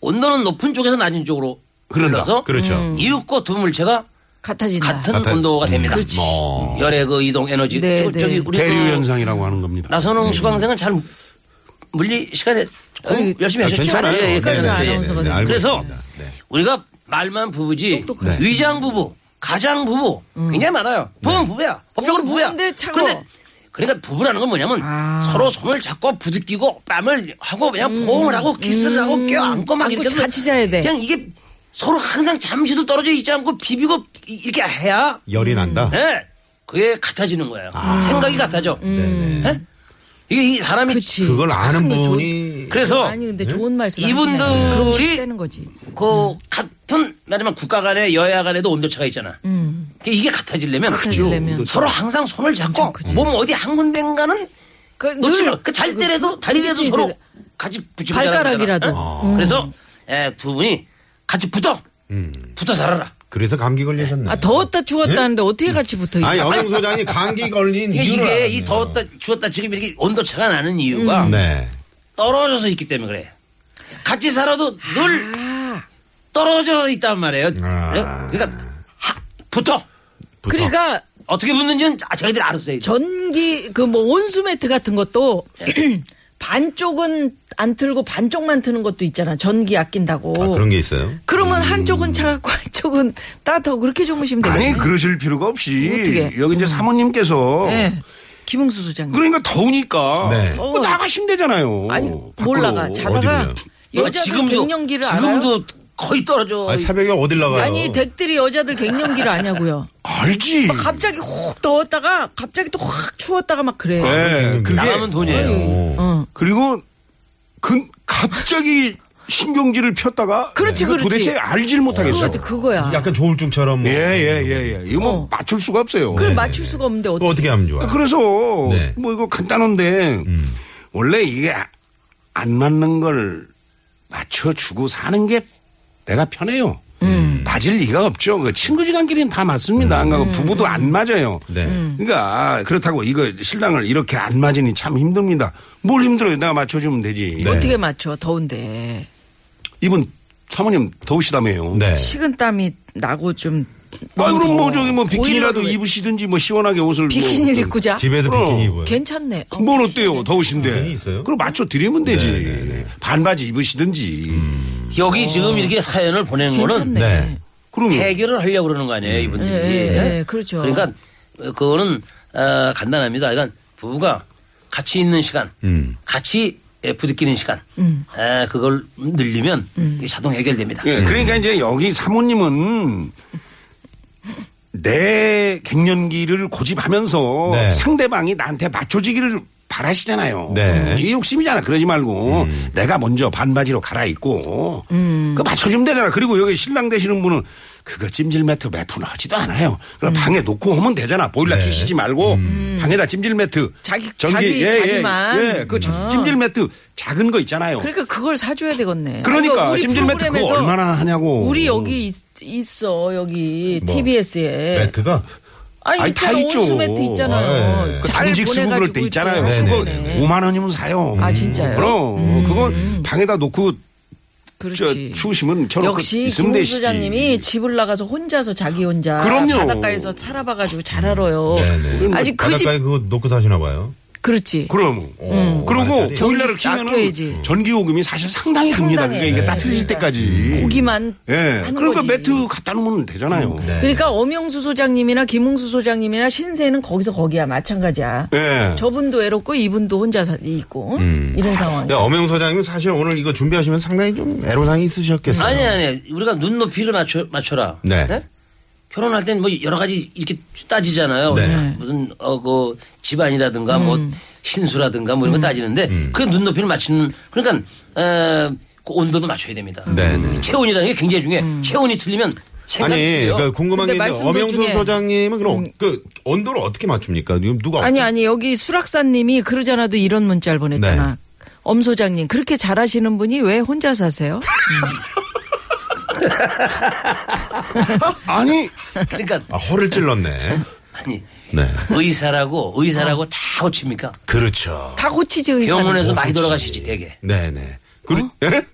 [SPEAKER 4] 온도는 높은 쪽에서 낮은 쪽으로
[SPEAKER 1] 그런다.
[SPEAKER 4] 흘러서
[SPEAKER 1] 그렇죠.
[SPEAKER 2] 음.
[SPEAKER 4] 이윽고 두 물체가
[SPEAKER 2] 같아진다.
[SPEAKER 4] 같은
[SPEAKER 1] 같아-
[SPEAKER 4] 온도가 됩니다.
[SPEAKER 1] 그렇지. 어.
[SPEAKER 4] 열의 그 이동 에너지
[SPEAKER 2] 네,
[SPEAKER 4] 저- 저기
[SPEAKER 2] 네.
[SPEAKER 4] 우리
[SPEAKER 3] 대류
[SPEAKER 4] 그
[SPEAKER 3] 현상이라고 하는 겁니다.
[SPEAKER 1] 네.
[SPEAKER 4] 나선홍 수강생은 잘 물리 시간에 공부
[SPEAKER 2] 아니,
[SPEAKER 4] 열심히
[SPEAKER 1] 아,
[SPEAKER 4] 하셨죠.
[SPEAKER 1] 괜찮아요.
[SPEAKER 4] 예, 예,
[SPEAKER 2] 네,
[SPEAKER 4] 예,
[SPEAKER 2] 네,
[SPEAKER 4] 예.
[SPEAKER 2] 아나운서가
[SPEAKER 1] 네, 네, 알고
[SPEAKER 4] 그래서
[SPEAKER 1] 있습니다. 네.
[SPEAKER 4] 우리가 말만 부부지
[SPEAKER 2] 똑똑하지. 음. 네.
[SPEAKER 4] 위장 부부, 가장 부부 굉장히 많아요. 부부 부부야. 법적으로 부부야.
[SPEAKER 2] 근데 차가워.
[SPEAKER 4] 그런데 그러니까 부부라는 건 뭐냐면
[SPEAKER 2] 아.
[SPEAKER 4] 서로 손을 잡고 부딪히고 뺨을 하고 그냥 포옹을 하고 키스를 하고 껴안고
[SPEAKER 2] 음.
[SPEAKER 4] 막
[SPEAKER 2] 안고
[SPEAKER 4] 이렇게 해서
[SPEAKER 2] 같이 자야 돼.
[SPEAKER 4] 그냥 이게 서로 항상 잠시도 떨어져 있지 않고 비비고 이- 이렇게 해야
[SPEAKER 1] 열이 난다.
[SPEAKER 4] 예, 그게 같아지는 거예요. 생각이 같아져.
[SPEAKER 1] 네네.
[SPEAKER 4] 예? 이게 이 사람이
[SPEAKER 2] 음. 그치.
[SPEAKER 1] 그걸 아는
[SPEAKER 2] 참
[SPEAKER 1] 분이
[SPEAKER 4] 그래서
[SPEAKER 2] 아니 근데 좋은 말씀
[SPEAKER 4] 이분들이-
[SPEAKER 2] 되는 거지.
[SPEAKER 4] 그 같은 마지막 국가 간에 여야 간에도 온도차가 있잖아. 그러니까 이게 같아지려면,
[SPEAKER 2] 같아지려면.
[SPEAKER 4] 서로 항상 손을 잡고 몸 어디 한 군데인가는
[SPEAKER 2] 그
[SPEAKER 4] 놓치면
[SPEAKER 2] 늘
[SPEAKER 4] 그잘 때라도 다리라도
[SPEAKER 2] 그치,
[SPEAKER 4] 서로
[SPEAKER 2] 이제
[SPEAKER 4] 같이 붙이고
[SPEAKER 2] 발가락이라도.
[SPEAKER 4] 자라는 거잖아. 응? 그래서 에, 두 분이 같이 붙어
[SPEAKER 1] 음.
[SPEAKER 4] 붙어 살아라.
[SPEAKER 1] 그래서 감기 걸리셨네.
[SPEAKER 2] 아 더웠다 추웠다는데 어떻게 같이 붙어?
[SPEAKER 1] 예? 아,
[SPEAKER 2] 있어?
[SPEAKER 1] 여경 소장이 감기 걸린
[SPEAKER 4] 이게,
[SPEAKER 1] 이유를
[SPEAKER 4] 이게
[SPEAKER 1] 알았네요.
[SPEAKER 4] 이 더웠다 추웠다 지금 이렇게 온도차가 나는 이유가
[SPEAKER 1] 네.
[SPEAKER 4] 떨어져서 있기 때문에 그래. 같이 살아도 늘 떨어져 있단 말이에요.
[SPEAKER 1] 아.
[SPEAKER 4] 예? 그러니까 하, 붙어.
[SPEAKER 2] 그러니까
[SPEAKER 4] 어떻게 붙는지는 아, 저희들이 알았어요. 이제.
[SPEAKER 2] 전기 그 뭐 온수 매트 같은 것도 *clears throat* 반쪽은 안 틀고 반쪽만 트는 것도 있잖아. 전기 아낀다고.
[SPEAKER 1] 아, 그런 게 있어요.
[SPEAKER 2] 러면 한쪽은 차갑고 한쪽은 따뜻하고 그렇게 주무시면 되겠네.
[SPEAKER 3] 아니 그러실 필요가 없이
[SPEAKER 2] 어떻게?
[SPEAKER 3] 여기 이제 사모님께서
[SPEAKER 2] 예. 김웅수 소장님.
[SPEAKER 3] 그러니까 더우니까
[SPEAKER 1] 네.
[SPEAKER 3] 뭐 나가시면 되잖아요.
[SPEAKER 2] 아니
[SPEAKER 3] 밖으로.
[SPEAKER 2] 몰라가 자다가
[SPEAKER 1] 어디
[SPEAKER 4] 어,
[SPEAKER 2] 여자들 갱년기를
[SPEAKER 4] 지금도
[SPEAKER 2] 알아요?
[SPEAKER 4] 거의 떨어져.
[SPEAKER 1] 아, 새벽에 어딜 나가요?
[SPEAKER 2] 아니 댁들이 여자들 갱년기를 아냐고요.
[SPEAKER 3] 알지.
[SPEAKER 2] 막 갑자기 확 더웠다가 갑자기 또 확 추웠다가 막 그래.
[SPEAKER 3] 네, 그게
[SPEAKER 4] 나가면 돈이에요.
[SPEAKER 1] 오.
[SPEAKER 2] 어.
[SPEAKER 3] 그리고 그 갑자기 신경질을 폈다가
[SPEAKER 2] 그렇지,
[SPEAKER 3] 이거
[SPEAKER 2] 그렇지.
[SPEAKER 3] 도대체 알질 못하겠어.
[SPEAKER 2] 그거한테 그거야.
[SPEAKER 1] 약간 조울증처럼 뭐.
[SPEAKER 3] 예예예 예, 이거 뭐
[SPEAKER 2] 어.
[SPEAKER 3] 맞출 수가 없어요.
[SPEAKER 2] 그걸 맞출 수가 없는데
[SPEAKER 1] 또
[SPEAKER 2] 어떻게?
[SPEAKER 1] 뭐 어떻게 하면 좋아?
[SPEAKER 3] 그래서
[SPEAKER 1] 네. 음.
[SPEAKER 3] 뭐 이거 간단한데 원래 이게 아- 안 맞는 걸 맞춰주고 사는 게 내가 편해요.
[SPEAKER 2] 음.
[SPEAKER 3] 맞을 리가 없죠. 그 친구지간끼리는 다 맞습니다. 그러니까 부부도 안 맞아요.
[SPEAKER 1] 음. 네.
[SPEAKER 2] 음.
[SPEAKER 3] 그러니까 그렇다고 이거 신랑을 이렇게 안 맞으니 참 힘듭니다. 뭘 힘들어요? 내가 맞춰주면 되지.
[SPEAKER 1] 네.
[SPEAKER 2] 어떻게 맞춰? 더운데
[SPEAKER 3] 이분 사모님 더우시다며요.
[SPEAKER 1] 네.
[SPEAKER 2] 식은 땀이 나고 좀.
[SPEAKER 3] 아,
[SPEAKER 2] 너무
[SPEAKER 3] 그럼 뭐
[SPEAKER 2] 더워.
[SPEAKER 3] 저기 뭐 비키니라도
[SPEAKER 2] 어, 보일러를
[SPEAKER 3] 입으시든지 뭐 시원하게 옷을
[SPEAKER 2] 비키니를
[SPEAKER 3] 뭐
[SPEAKER 2] 입고 자.
[SPEAKER 1] 집에서
[SPEAKER 3] 그럼.
[SPEAKER 1] 비키니 입어요.
[SPEAKER 2] 괜찮네. 어.
[SPEAKER 3] 뭘 어때요? 더우신데.
[SPEAKER 1] 비키니 있어요?
[SPEAKER 3] 그럼 맞춰 드리면 되지.
[SPEAKER 1] 네, 네,
[SPEAKER 3] 반바지 입으시든지.
[SPEAKER 2] 음.
[SPEAKER 4] 여기
[SPEAKER 1] 어.
[SPEAKER 4] 지금 이렇게 사연을 보낸 거는
[SPEAKER 2] 괜찮네.
[SPEAKER 1] 네.
[SPEAKER 3] 그러면
[SPEAKER 4] 해결을 하려고 그러는 거
[SPEAKER 1] 음.
[SPEAKER 4] 아니에요, 이분들이.
[SPEAKER 2] 예, 예,
[SPEAKER 4] 예?
[SPEAKER 2] 그렇죠.
[SPEAKER 4] 그러니까 어, 그거는 어, 간단합니다. 그러니까 부부가 같이 있는 시간,
[SPEAKER 1] 음.
[SPEAKER 4] 같이 예, 부딪히는 시간,
[SPEAKER 2] 음.
[SPEAKER 4] 에, 그걸 늘리면 이게 자동 해결됩니다.
[SPEAKER 1] 음.
[SPEAKER 3] 예, 그러니까 이제 여기 사모님은 내 갱년기를 고집하면서
[SPEAKER 1] 네.
[SPEAKER 3] 상대방이 나한테 맞춰지기를 바라시잖아요.
[SPEAKER 1] 네. 음.
[SPEAKER 3] 이게 욕심이잖아. 그러지 말고 내가 먼저 반바지로 갈아입고
[SPEAKER 2] 음.
[SPEAKER 3] 그 맞춰주면 되잖아. 그리고 여기 신랑 되시는 분은 그거 찜질 매트 몇 푼 하지도 않아요.
[SPEAKER 2] 음.
[SPEAKER 3] 그럼 방에 놓고 오면 되잖아. 보일러
[SPEAKER 1] 네.
[SPEAKER 3] 키시지 말고 방에다 찜질 매트
[SPEAKER 2] 자기- 자기 자리만. 음.
[SPEAKER 3] 예, 그 자- 찜질 매트 작은 거 있잖아요.
[SPEAKER 2] 그러니까 그걸 사줘야 되겠네.
[SPEAKER 3] 그러니까
[SPEAKER 2] 아니, 우리
[SPEAKER 3] 찜질 매트 그거
[SPEAKER 2] 프로그램에서
[SPEAKER 3] 얼마나 하냐고. 뭐.
[SPEAKER 2] 우리 여기 있, 어 여기 TBS에.
[SPEAKER 1] 매트가
[SPEAKER 2] 아니,
[SPEAKER 3] 아니, 다
[SPEAKER 2] 있잖아.
[SPEAKER 3] 있죠.
[SPEAKER 2] 온수 매트
[SPEAKER 1] 아, 예,
[SPEAKER 2] 있잖아요.
[SPEAKER 1] 예.
[SPEAKER 3] 그
[SPEAKER 2] 잘
[SPEAKER 3] 당직 쓰고 그럴 때
[SPEAKER 2] 보내가지고
[SPEAKER 3] 있잖아요. 음,
[SPEAKER 2] 이렇게
[SPEAKER 3] 그거
[SPEAKER 2] 하시네.
[SPEAKER 3] 5만 원이면 사요.
[SPEAKER 2] 아, 진짜요?
[SPEAKER 3] 그럼 그거 방에다 놓고 저
[SPEAKER 2] 그렇지.
[SPEAKER 3] 추우시면 저렇게
[SPEAKER 2] 역시
[SPEAKER 3] 있으면
[SPEAKER 2] 김
[SPEAKER 3] 되시지.
[SPEAKER 2] 소장님이 집을 나가서 혼자서 자기 혼자
[SPEAKER 3] 그럼요.
[SPEAKER 2] 바닷가에서 살아봐가지고 잘 알아요.
[SPEAKER 1] 네네.
[SPEAKER 2] 아직 어. 그 집
[SPEAKER 1] 바닷가에 그거 놓고 사시나 봐요.
[SPEAKER 2] 그렇지.
[SPEAKER 3] 그럼 어, 그리고
[SPEAKER 1] 그리고
[SPEAKER 3] 보일러를
[SPEAKER 2] 전기
[SPEAKER 3] 키면은
[SPEAKER 2] 아껴야지.
[SPEAKER 3] 전기 요금이 사실 상당히 듭니다.
[SPEAKER 2] 상당해.
[SPEAKER 3] 그게 이게 따뜻해질 때까지.
[SPEAKER 2] 고기만
[SPEAKER 3] 예.
[SPEAKER 2] 하는
[SPEAKER 3] 그러니까
[SPEAKER 2] 거지.
[SPEAKER 3] 매트 갖다 놓으면 되잖아요.
[SPEAKER 1] 네.
[SPEAKER 2] 그러니까 엄영수 소장님이나 김웅수 소장님이나 신세는 거기서 거기야 마찬가지야.
[SPEAKER 3] 예.
[SPEAKER 2] 저분도 외롭고 이분도 혼자 사- 있고 이런 상황.
[SPEAKER 1] 음. 근데 어, 엄영 소장님 사실 오늘 이거 준비하시면 상당히 좀 애로사항이 있으셨겠어요.
[SPEAKER 4] 아니 아니 우리가 눈높이를 맞춰 맞춰라.
[SPEAKER 1] 네.
[SPEAKER 4] 결혼할 땐 뭐 여러 가지 이렇게 따지잖아요.
[SPEAKER 1] 네.
[SPEAKER 4] 무슨 어그 집안이라든가
[SPEAKER 2] 음.
[SPEAKER 4] 뭐 신수라든가 뭐 이런 거 따지는데
[SPEAKER 1] 음.
[SPEAKER 4] 그 눈높이를 맞추는 그러니까 에, 그 온도도 맞춰야 됩니다. 음,
[SPEAKER 1] 네, 네.
[SPEAKER 4] 체온이라는 게 굉장히 중요해.
[SPEAKER 2] 음.
[SPEAKER 4] 체온이 틀리면 생각이
[SPEAKER 1] 아니,
[SPEAKER 4] 틀려.
[SPEAKER 1] 그러니까 궁금한
[SPEAKER 2] 근데
[SPEAKER 1] 게 있는데
[SPEAKER 2] 말씀도
[SPEAKER 1] 엄영수
[SPEAKER 2] 중에-
[SPEAKER 1] 소장님은 그럼 그 온도를 어떻게 맞춥니까? 지금 누가
[SPEAKER 2] 아니
[SPEAKER 1] 어떻게-
[SPEAKER 2] 아니 여기 수락사님이 그러잖아도 이런 문자를 보냈잖아.
[SPEAKER 1] 네.
[SPEAKER 2] 엄 소장님 그렇게 잘하시는 분이 왜 혼자 사세요? *laughs*
[SPEAKER 3] 아니
[SPEAKER 4] 그러니까
[SPEAKER 1] 아, 허를 찔렀네.
[SPEAKER 4] 아니
[SPEAKER 1] 네.
[SPEAKER 4] 의사라고 의사라고 다 고칩니까?
[SPEAKER 1] 그렇죠.
[SPEAKER 2] 다 고치지 어. 의사는.
[SPEAKER 4] 병원에서 많이 돌아가시지 되게.
[SPEAKER 1] 네네. 그리 예?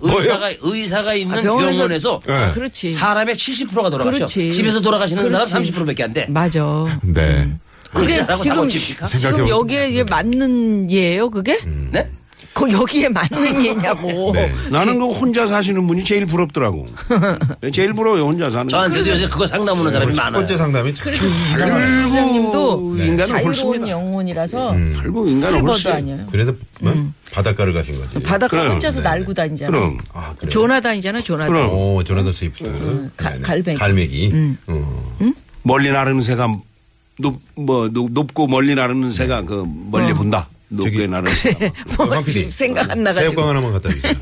[SPEAKER 1] 뭐예요?
[SPEAKER 4] 의사가 의사가 있는
[SPEAKER 2] 아, 병원에서-
[SPEAKER 4] 병원에서
[SPEAKER 1] 예.
[SPEAKER 2] 아, 그렇지.
[SPEAKER 4] 사람의 70%가 돌아가셔.
[SPEAKER 2] 그렇지.
[SPEAKER 4] 집에서 돌아가시는
[SPEAKER 2] 그렇지.
[SPEAKER 4] 사람 30%밖에 안 돼.
[SPEAKER 2] 맞아.
[SPEAKER 1] 네.
[SPEAKER 4] 그게
[SPEAKER 2] 지금
[SPEAKER 1] 생각해보-
[SPEAKER 4] 지금
[SPEAKER 1] 음.
[SPEAKER 2] 지금 여기에 이게 맞는 예예요 그게?
[SPEAKER 4] 네?
[SPEAKER 2] 거 여기에 맞는 게냐고.
[SPEAKER 1] 네.
[SPEAKER 3] 나는 그 혼자 사시는 분이 제일
[SPEAKER 2] *laughs*
[SPEAKER 3] 부럽더라고. 제일 부러워요 혼자 사는.
[SPEAKER 4] 저한테도 요새 그거 상담하는 사람이
[SPEAKER 1] 첫
[SPEAKER 4] 많아요.
[SPEAKER 2] 네.
[SPEAKER 1] 번째 상담이 참 기가 막혀요.
[SPEAKER 2] 님도
[SPEAKER 1] 어,
[SPEAKER 3] 결국 인간은
[SPEAKER 2] 자유로운
[SPEAKER 3] 홀수입니다.
[SPEAKER 2] 영혼이라서
[SPEAKER 1] 음.
[SPEAKER 3] 결국 인간은
[SPEAKER 2] 프리버드
[SPEAKER 3] 홀수.
[SPEAKER 2] 아니에요.
[SPEAKER 1] 그래서 뭐? 바닷가를 가신 거지.
[SPEAKER 2] 바닷가
[SPEAKER 3] 그래요.
[SPEAKER 2] 혼자서 날고 다니잖아.
[SPEAKER 3] 네. 그럼
[SPEAKER 1] 아, 그래요?
[SPEAKER 2] 조나단이잖아, 조나단.
[SPEAKER 3] 그럼.
[SPEAKER 1] 오, 어, 조나단 스위프트.
[SPEAKER 2] 음, 가-
[SPEAKER 1] 네네.
[SPEAKER 2] 갈매기. 음.
[SPEAKER 1] 갈매기. 어.
[SPEAKER 3] 멀리 나르는 새가 높뭐 높고 멀리 나르는 새가
[SPEAKER 2] 네.
[SPEAKER 3] 그
[SPEAKER 2] 어.
[SPEAKER 3] 멀리 본다. 높게
[SPEAKER 1] 저기-
[SPEAKER 3] 나르는 새가.
[SPEAKER 2] 뭐
[SPEAKER 1] 황 PD.
[SPEAKER 2] 지금 생각 안 나가지고.
[SPEAKER 1] 새우깡 하나만
[SPEAKER 2] *laughs*
[SPEAKER 1] 갖다 주세요.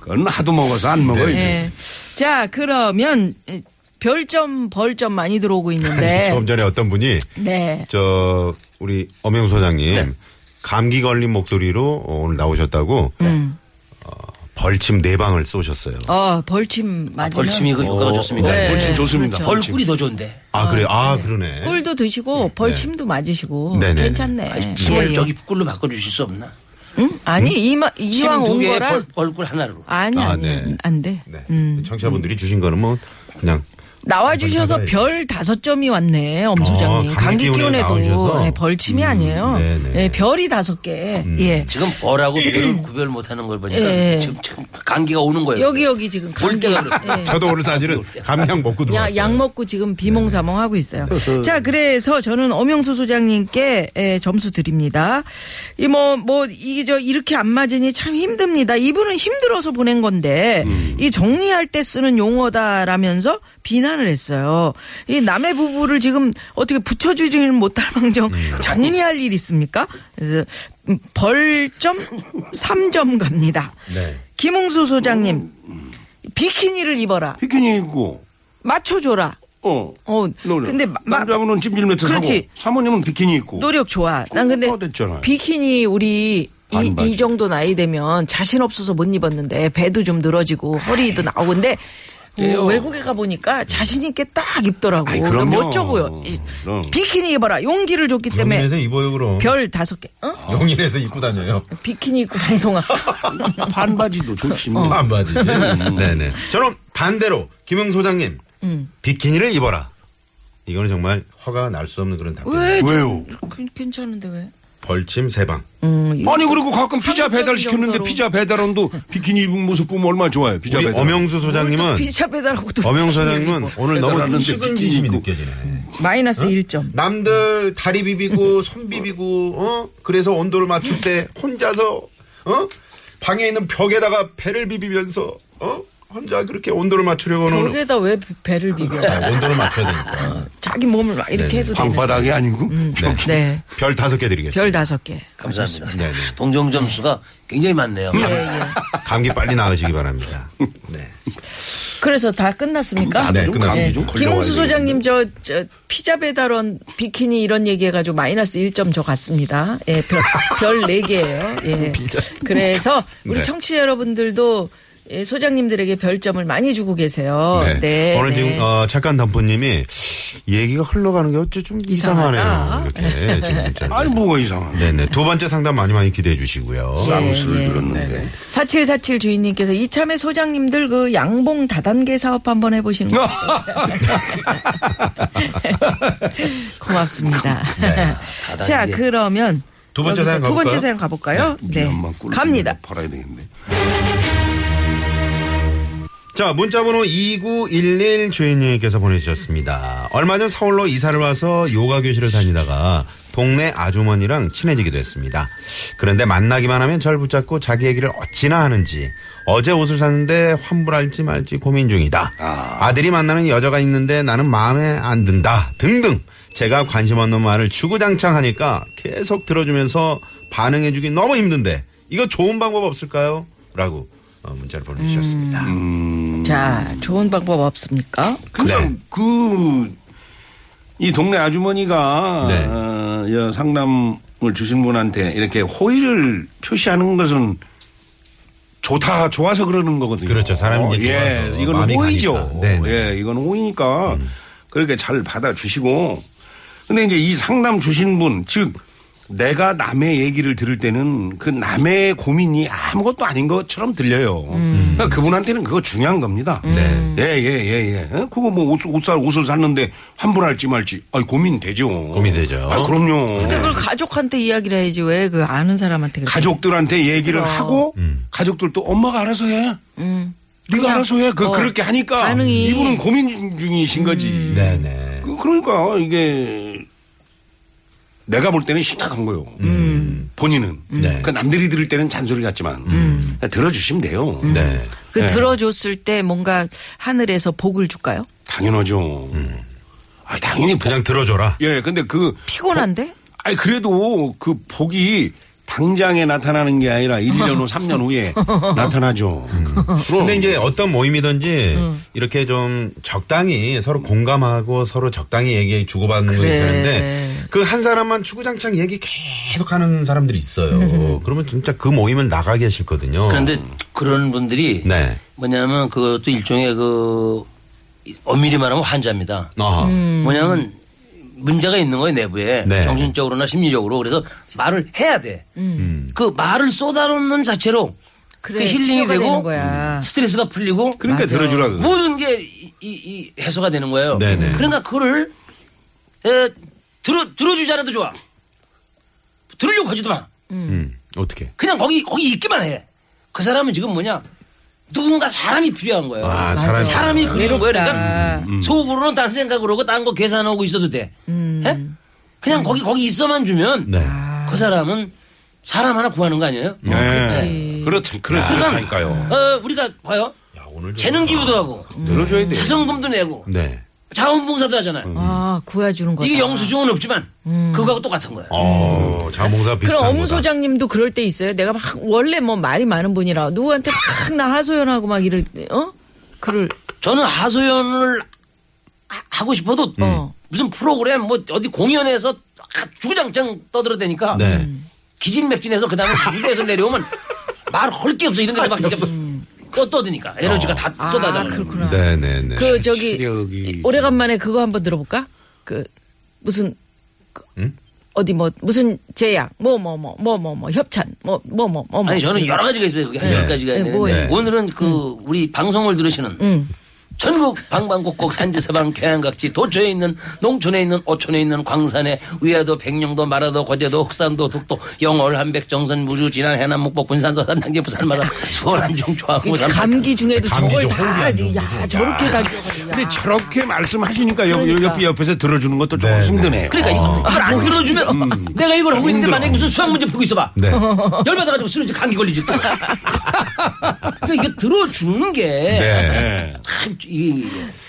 [SPEAKER 3] 그건 하도 먹어서 안 먹어요. 이제.
[SPEAKER 1] 네.
[SPEAKER 2] 예. 자, 그러면 별점, 벌점 많이 들어오고
[SPEAKER 1] *laughs*
[SPEAKER 2] 있는데.
[SPEAKER 1] 조금 전에 어떤 분이
[SPEAKER 2] 네.
[SPEAKER 1] 저 우리 엄영 소장님 감기 걸린 목소리로 어, 오늘 나오셨다고
[SPEAKER 2] 네. 음.
[SPEAKER 1] 어, 벌침 네 방을 쏘셨어요.
[SPEAKER 2] 어, 벌침 맞으면
[SPEAKER 4] 벌침이 그 효과가 좋습니다.
[SPEAKER 3] 네,
[SPEAKER 4] 벌-
[SPEAKER 3] 벌침 좋습니다.
[SPEAKER 2] 그렇죠.
[SPEAKER 3] 벌침.
[SPEAKER 4] 벌꿀이 더 좋은데.
[SPEAKER 1] 아 그래, 아 그러네.
[SPEAKER 2] 꿀도 드시고 벌침도 맞으시고
[SPEAKER 1] 네네네.
[SPEAKER 2] 괜찮네.
[SPEAKER 4] 아니, 음. 침을
[SPEAKER 2] 예, 예.
[SPEAKER 4] 저기 꿀로 바꿔주실 수 없나?
[SPEAKER 2] 응?
[SPEAKER 1] 음?
[SPEAKER 2] 아니 이마, 이왕
[SPEAKER 4] 침두
[SPEAKER 2] 온
[SPEAKER 4] 개에
[SPEAKER 2] 거라
[SPEAKER 4] 벌, 벌꿀 하나로.
[SPEAKER 2] 아니
[SPEAKER 1] 아,
[SPEAKER 2] 아니
[SPEAKER 1] 네.
[SPEAKER 2] 안 돼.
[SPEAKER 1] 네.
[SPEAKER 2] 음.
[SPEAKER 1] 청취자분들이 주신 거는 뭐 그냥
[SPEAKER 2] 나와 주셔서
[SPEAKER 1] 가봐야지.
[SPEAKER 2] 별 다섯 점이 왔네 엄 소장님. 감기,
[SPEAKER 1] 아, 감기 기운에
[SPEAKER 2] 기운에도
[SPEAKER 1] 나오셔서.
[SPEAKER 2] 네, 벌침이
[SPEAKER 1] 음,
[SPEAKER 2] 아니에요.
[SPEAKER 1] 네네. 음.
[SPEAKER 2] 예, 별이 다섯 개. 예.
[SPEAKER 4] 지금 벌하고 별을 구별 못하는 걸 보니까
[SPEAKER 2] 음. 예.
[SPEAKER 4] 지금, 지금 감기가 오는 거예요. 네,
[SPEAKER 2] 여기 여기 지금
[SPEAKER 4] 올
[SPEAKER 2] 감기.
[SPEAKER 4] 때가 그래.
[SPEAKER 2] 예.
[SPEAKER 1] 저도 오늘 사실은 감량 먹고
[SPEAKER 2] 야,
[SPEAKER 1] 들어왔어요. 네.
[SPEAKER 2] 약 먹고 지금 비몽사몽 하고 있어요. 자, 그래서 저는 엄영수 소장님께 예, 점수 드립니다. 이 뭐, 뭐, 이게 저 이렇게 안 맞으니 참 힘듭니다. 이분은 힘들어서 보낸 건데,
[SPEAKER 1] 음.
[SPEAKER 2] 이 정리할 때 쓰는 용어다라면서 비난을 했어요. 이 남의 부부를 지금 어떻게 붙여주지는 못할 망정
[SPEAKER 1] 음.
[SPEAKER 2] 정리할 일 있습니까? 그래서 음, 벌점 3점 갑니다.
[SPEAKER 1] 네.
[SPEAKER 2] 김웅수 소장님, 비키니를 입어라.
[SPEAKER 3] 비키니 입고
[SPEAKER 2] 맞춰줘라.
[SPEAKER 3] 어.
[SPEAKER 2] 어, 근데 마- 마-
[SPEAKER 3] 남자분은 찜질 매트 하고
[SPEAKER 2] 그렇지.
[SPEAKER 3] 사모님은 비키니 입고
[SPEAKER 2] 노력 좋아. 난 근데
[SPEAKER 3] 다 됐잖아요.
[SPEAKER 2] 비키니 우리 이,
[SPEAKER 3] 반바지.
[SPEAKER 2] 이 정도 나이 되면 자신 없어서 못 입었는데 배도 좀 늘어지고 허리도 나오고 근데 어,
[SPEAKER 3] 그래요.
[SPEAKER 2] 외국에 가보니까 자신 있게 딱 입더라고.
[SPEAKER 3] 아이, 그럼요.
[SPEAKER 2] 그러니까 멋져 보여. 이-
[SPEAKER 3] 그럼.
[SPEAKER 2] 비키니 입어라. 용기를 줬기 때문에
[SPEAKER 1] 용인에서 입어요 그럼.
[SPEAKER 2] 별 어. 다섯 개. 어?
[SPEAKER 1] 용인에서 입고 다녀요.
[SPEAKER 2] 비키니
[SPEAKER 3] *laughs*
[SPEAKER 2] 입고 방송할까?
[SPEAKER 3] 반바지도 좋지. 뭐.
[SPEAKER 2] 어.
[SPEAKER 1] 안 바지.
[SPEAKER 2] 음.
[SPEAKER 1] 네네. 저는 반대로 김영 소장님 비키니를 입어라. 이거는 정말 허가 날 수 없는 그런 답변.
[SPEAKER 2] 왜? 그,
[SPEAKER 3] 왜요?
[SPEAKER 2] 괜- 괜찮은데 왜?
[SPEAKER 1] 벌침 세 방.
[SPEAKER 2] 음.
[SPEAKER 3] 아니 그리고 가끔 피자
[SPEAKER 2] 한국적인
[SPEAKER 3] 배달 시켰는데
[SPEAKER 2] 정서로.
[SPEAKER 3] 피자 배달원도 비키니 입은 모습 보면 얼마나 좋아요. 피자
[SPEAKER 1] 우리
[SPEAKER 2] 음.
[SPEAKER 3] 배달.
[SPEAKER 1] 엄영수 소장님은
[SPEAKER 2] 피자 배달하고 또
[SPEAKER 1] 엄영
[SPEAKER 2] 비키니를
[SPEAKER 1] 소장님은
[SPEAKER 2] 입어.
[SPEAKER 1] 오늘 너무
[SPEAKER 2] 음.
[SPEAKER 3] 배달하는데
[SPEAKER 1] 측은지심이
[SPEAKER 3] 비키니 입고.
[SPEAKER 1] 느껴지네.
[SPEAKER 3] 어?
[SPEAKER 2] 마이너스 일 1점.
[SPEAKER 1] 남들 다리 비비고 손 비비고 어 그래서 온도를 맞출 때 혼자서 어 방에 있는 벽에다가 배를 비비면서 어 혼자 그렇게 온도를 맞추려고
[SPEAKER 3] 어?
[SPEAKER 1] 하는
[SPEAKER 2] 벽에다 왜 배를 비벼?
[SPEAKER 1] 아, 온도를 맞춰야 되니까
[SPEAKER 2] 자기 몸을 막 이렇게 해도 되는
[SPEAKER 3] 그러니까. 방바닥이 아니고
[SPEAKER 1] 네.
[SPEAKER 2] 네.
[SPEAKER 1] 별 다섯 개
[SPEAKER 2] 별
[SPEAKER 1] 드리겠습니다.
[SPEAKER 2] 다섯 개.
[SPEAKER 4] 감사합니다.
[SPEAKER 1] 네, 네.
[SPEAKER 4] 동정 점수가 굉장히 많네요.
[SPEAKER 2] 예.
[SPEAKER 1] 아. 감기 빨리 나으시기 바랍니다. 네.
[SPEAKER 2] 그래서 다 끝났습니까?
[SPEAKER 1] 네,
[SPEAKER 3] 좀
[SPEAKER 1] 끝났습니다.
[SPEAKER 3] 감기 좀 걸려가지고.
[SPEAKER 2] 김홍수 소장님 저, 저 피자 배달원 비키니 이런 얘기해가지고 마이너스 1점 저 갔습니다. 예, 별별 4개예요.
[SPEAKER 1] *laughs*
[SPEAKER 2] 예. 그래서 우리
[SPEAKER 1] 네.
[SPEAKER 2] 청취자 여러분들도 예, 소장님들에게 별점을 많이 주고 계세요. 네.
[SPEAKER 1] 오늘
[SPEAKER 2] 네.
[SPEAKER 1] 지금 어, 잠깐 덤프님이 얘기가 흘러가는 게 어째 좀 이상하네요. 이렇게 지금 문자를.
[SPEAKER 3] 아니 뭐가 이상한.
[SPEAKER 1] 네네 두 번째 상담 많이 많이 기대해 주시고요.
[SPEAKER 2] 네.
[SPEAKER 3] 예. 쌍수를 들었는데.
[SPEAKER 2] 4747 주인님께서 이참에 소장님들 그 양봉 다단계 사업 한번 해보시는
[SPEAKER 1] 어.
[SPEAKER 2] 거
[SPEAKER 3] 아,
[SPEAKER 2] 고맙습니다. *laughs* 자,
[SPEAKER 4] 다단계.
[SPEAKER 2] 그러면
[SPEAKER 1] 네. 두 번째
[SPEAKER 2] 여기서
[SPEAKER 1] 사연
[SPEAKER 2] 두 번째
[SPEAKER 1] 가볼까요?
[SPEAKER 2] 사연 가볼까요?
[SPEAKER 3] 우리
[SPEAKER 2] 네.
[SPEAKER 3] 엄마 꿀
[SPEAKER 2] 갑니다.
[SPEAKER 3] 팔아야 되겠네.
[SPEAKER 1] 자, 문자번호 2911 주인님께서 보내주셨습니다. 얼마 전 서울로 이사를 와서 요가 교실을 다니다가 동네 아주머니랑 친해지기도 했습니다. 그런데 만나기만 하면 절 붙잡고 자기 얘기를 어찌나 하는지 어제 옷을 샀는데 환불할지 말지 고민 중이다. 아들이 만나는 여자가 있는데 나는 마음에 안 든다. 등등. 제가 관심 없는 말을 주구장창 하니까 계속 들어주면서 반응해주기 너무 힘든데 이거 좋은 방법 없을까요? 라고 어, 문자를 보내주셨습니다.
[SPEAKER 2] 자, 좋은 방법 없습니까?
[SPEAKER 1] 네.
[SPEAKER 3] 그냥 그, 이 동네 아주머니가
[SPEAKER 1] 네.
[SPEAKER 3] 어, 여 상담을 주신 분한테 이렇게 호의를 표시하는 것은 좋다, 좋아서 그러는 거거든요.
[SPEAKER 1] 그렇죠. 사람이 이제
[SPEAKER 3] 예,
[SPEAKER 1] 좋아서
[SPEAKER 3] 이건
[SPEAKER 1] 마음이
[SPEAKER 3] 호의죠.
[SPEAKER 1] 가니까. 네, 네.
[SPEAKER 3] 예, 이건 호의니까
[SPEAKER 1] 음.
[SPEAKER 3] 그렇게 잘 받아주시고. 근데 이제 이 상담 주신 분, 즉, 내가 남의 얘기를 들을 때는 그 남의 고민이 아무것도 아닌 것처럼 들려요.
[SPEAKER 2] 음.
[SPEAKER 3] 그러니까 그분한테는 그거 중요한 겁니다.
[SPEAKER 2] 네.
[SPEAKER 3] 예, 예, 예, 예. 어? 그거 뭐 옷, 옷, 살, 옷을 샀는데 환불할지 말지. 아 고민되죠.
[SPEAKER 1] 고민되죠.
[SPEAKER 3] 아, 그럼요.
[SPEAKER 2] 근데 그걸 가족한테 이야기를 해야지 왜 그 아는 사람한테 그렇게.
[SPEAKER 3] 가족들한테 얘기를 하고
[SPEAKER 1] 음.
[SPEAKER 3] 가족들도 엄마가 알아서 해. 네가
[SPEAKER 2] 음. 그냥,
[SPEAKER 3] 알아서 해. 그
[SPEAKER 2] 어,
[SPEAKER 3] 그렇게 하니까
[SPEAKER 2] 반응이.
[SPEAKER 3] 이분은 고민 중이신 거지.
[SPEAKER 1] 음. 네네.
[SPEAKER 3] 그- 그러니까 이게 내가 볼 때는 심각한 거요.
[SPEAKER 1] 음.
[SPEAKER 3] 음. 본인은. 그러니까 남들이 들을 때는 잔소리 같지만 그러니까 들어주시면 돼요.
[SPEAKER 1] 네.
[SPEAKER 2] 그
[SPEAKER 3] 네.
[SPEAKER 2] 들어줬을 때 뭔가 하늘에서 복을 줄까요?
[SPEAKER 3] 당연하죠. 아 당연히 복-
[SPEAKER 1] 그냥 들어줘라.
[SPEAKER 3] 예, 근데 그
[SPEAKER 2] 피곤한데?
[SPEAKER 3] 아니 그래도 그 복이 당장에 나타나는 게 아니라 1년 후, 3년 후에 나타나죠. 음. 그럼
[SPEAKER 1] 근데 이제 어떤 모임이든지 이렇게 좀 적당히 서로 공감하고 서로 적당히 얘기 주고받는 거
[SPEAKER 2] 그래.
[SPEAKER 1] 있는데 그 한 사람만 추구장창 얘기 계속 하는 사람들이 있어요. 그러면 진짜 그 모임을 나가게 하실거든요.
[SPEAKER 4] 그런데 그런 분들이
[SPEAKER 1] 네.
[SPEAKER 4] 뭐냐면 그것도 일종의 그 엄밀히 말하면 환자입니다.
[SPEAKER 1] 아하.
[SPEAKER 4] 음,
[SPEAKER 2] 음.
[SPEAKER 4] 뭐냐면 문제가 있는 거예요 내부에
[SPEAKER 1] 네.
[SPEAKER 4] 정신적으로나 심리적으로 그래서 말을 해야 돼.
[SPEAKER 3] 음.
[SPEAKER 4] 그 말을 쏟아놓는 자체로 그
[SPEAKER 2] 음. 그래,
[SPEAKER 4] 힐링이
[SPEAKER 2] 치료가 되는
[SPEAKER 4] 되고 음.
[SPEAKER 2] 거야.
[SPEAKER 4] 스트레스가 풀리고
[SPEAKER 3] 그러니까 들어주라고.
[SPEAKER 4] 모든 게 이 이 해소가 되는 거예요.
[SPEAKER 1] 네네.
[SPEAKER 4] 그러니까 그거를 에, 들어 들어주지 않아도 좋아. 들으려고 하지도 마.
[SPEAKER 1] 음. 어떻게?
[SPEAKER 4] 그냥 거기 거기 있기만 해. 그 사람은 지금 뭐냐? 누군가 사람이 필요한 거예요.
[SPEAKER 1] 아, 사람이
[SPEAKER 4] 사람이
[SPEAKER 1] 필요하구나.
[SPEAKER 4] 그런 거예요. 그러니까
[SPEAKER 2] 외롭다.
[SPEAKER 4] 속으로는 딴 생각으로 하고 딴 거 계산하고 있어도 돼. 예? 그냥 거기 거기 있어만 주면
[SPEAKER 1] 네.
[SPEAKER 4] 그 사람은 사람 하나 구하는 거 아니에요?
[SPEAKER 3] 네. 그렇지. 그렇 그러니까요.
[SPEAKER 4] 어, 우리가 봐요.
[SPEAKER 1] 야, 오늘 좀-
[SPEAKER 4] 아, 재능 기부도 하고
[SPEAKER 3] 음. 들어줘야 돼요. 음.
[SPEAKER 4] 자성금도 내고
[SPEAKER 1] 네.
[SPEAKER 4] 자원봉사도 하잖아요.
[SPEAKER 2] 아, 구해주는 거다.
[SPEAKER 4] 이게 영수증은 없지만 그거하고 똑같은 거예요.
[SPEAKER 1] 어, 자몽사 비슷한
[SPEAKER 2] 그럼
[SPEAKER 1] 거다.
[SPEAKER 2] 엄 소장님도 그럴 때 있어요. 내가 막 원래 뭐 말이 많은 분이라 누구한테 막 나 하소연하고 막 이럴 때, 어? 그럴
[SPEAKER 4] 저는 하소연을 하- 하고 싶어도
[SPEAKER 2] 음.
[SPEAKER 4] 무슨 프로그램 뭐 어디 공연에서 아, 주구장창 떠들어대니까
[SPEAKER 1] 네.
[SPEAKER 4] 기진맥진해서 그다음에 무대에서 내려오면 말 할 게 없어 이런 데서 막 이렇게 또 떠드니까 에너지가 다 쏟아져.
[SPEAKER 2] 아, 그렇구나.
[SPEAKER 1] 네, 네, 네.
[SPEAKER 2] 그 저기
[SPEAKER 3] 체력이.
[SPEAKER 2] 오래간만에 그거 한번 들어볼까? 그 무슨 그 어디 뭐 무슨 제약 뭐 뭐 뭐 뭐 뭐 뭐 협찬 뭐 뭐 뭐 뭐 뭐.
[SPEAKER 4] 아니 저는 여러 가지가 있어요. 그게 한
[SPEAKER 1] 네.
[SPEAKER 4] 열 가지가
[SPEAKER 2] 네,
[SPEAKER 4] 있는데
[SPEAKER 2] 뭐예요?
[SPEAKER 4] 오늘은 그 우리 방송을 들으시는 전국 방방곡곡 산지서방 계양각지 도처에 있는 농촌에 있는 오촌에 있는 광산에 위화도 백령도 마라도 거제도 흑산도 독도 영월 한백 정선 무주 진안 해남 목포 군산서 산당지 부산마다 수원 안중
[SPEAKER 2] 그
[SPEAKER 4] 조항구 산
[SPEAKER 2] 감기 중에도
[SPEAKER 1] 감기
[SPEAKER 2] 저걸
[SPEAKER 1] 좀 호흡이
[SPEAKER 2] 다,
[SPEAKER 1] 안
[SPEAKER 2] 아주-
[SPEAKER 1] 좋은
[SPEAKER 2] 야, 저렇게 다. 기억하냐.
[SPEAKER 3] 근데 저렇게 말씀하시니까 옆,
[SPEAKER 2] 그러니까.
[SPEAKER 3] 옆에 옆에서 들어주는 것도 조금
[SPEAKER 1] 네,
[SPEAKER 3] 힘드네요. 어.
[SPEAKER 4] 그러니까 이거 이걸 안 들어주면 *laughs* 내가 이걸 하고 있는데
[SPEAKER 3] 힘들어.
[SPEAKER 4] 만약에 무슨 수학 문제 풀고 있어봐 *laughs*
[SPEAKER 1] 네.
[SPEAKER 4] 열받아가지고 술은 이제 감기 걸리지 또. *laughs* 그러니까 이거 들어주는 게
[SPEAKER 1] 네.
[SPEAKER 3] 예.
[SPEAKER 4] 참, 이게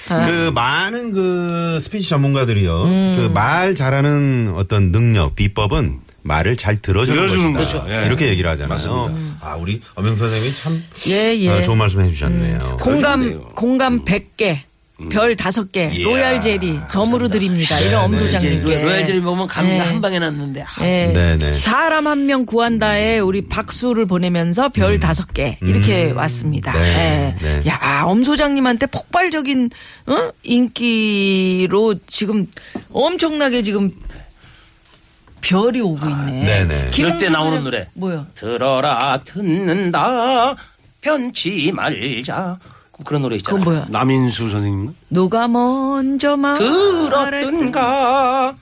[SPEAKER 2] 아.
[SPEAKER 1] 그 많은 그 스피치 전문가들이요.
[SPEAKER 2] 음.
[SPEAKER 1] 그 말 잘하는 어떤 능력, 비법은 말을 잘 들어주는,
[SPEAKER 3] 들어주는
[SPEAKER 1] 것이다.
[SPEAKER 3] 거죠. 예.
[SPEAKER 1] 이렇게 얘기를 하잖아요. 아, 우리 엄영 선생님이 참
[SPEAKER 2] 예, 음. 예.
[SPEAKER 1] 어, 좋은 말씀 해주셨네요.
[SPEAKER 2] 공감
[SPEAKER 3] 그러네요.
[SPEAKER 2] 공감 100개. 별 다섯 개
[SPEAKER 1] 이야,
[SPEAKER 2] 로얄 젤리 덤으로 드립니다.
[SPEAKER 1] 네,
[SPEAKER 2] 이런
[SPEAKER 1] 네.
[SPEAKER 4] 이제
[SPEAKER 2] 엄소장님께.
[SPEAKER 4] 예, 로얄젤리 먹으면 감기
[SPEAKER 2] 네.
[SPEAKER 4] 한 방에 났는데 아,
[SPEAKER 2] 예.
[SPEAKER 1] 네네.
[SPEAKER 2] 사람 한 명 구한다에 우리 박수를 보내면서 별 다섯 개 이렇게 왔습니다.
[SPEAKER 1] 음. 네,
[SPEAKER 2] 예.
[SPEAKER 1] 네.
[SPEAKER 2] 야, 엄 소장님한테 폭발적인 어? 인기로 지금 엄청나게 지금 별이 오고 있네.
[SPEAKER 1] 네네.
[SPEAKER 2] 김홍수
[SPEAKER 4] 이럴 때 나오는
[SPEAKER 2] 소장-
[SPEAKER 4] 노래
[SPEAKER 2] 뭐요?
[SPEAKER 4] 들어라 듣는다 편치 말자 그런 노래 있잖아
[SPEAKER 2] 그건 뭐야?
[SPEAKER 3] 남인수 선생님.
[SPEAKER 2] 누가 먼저 말
[SPEAKER 4] 들었든가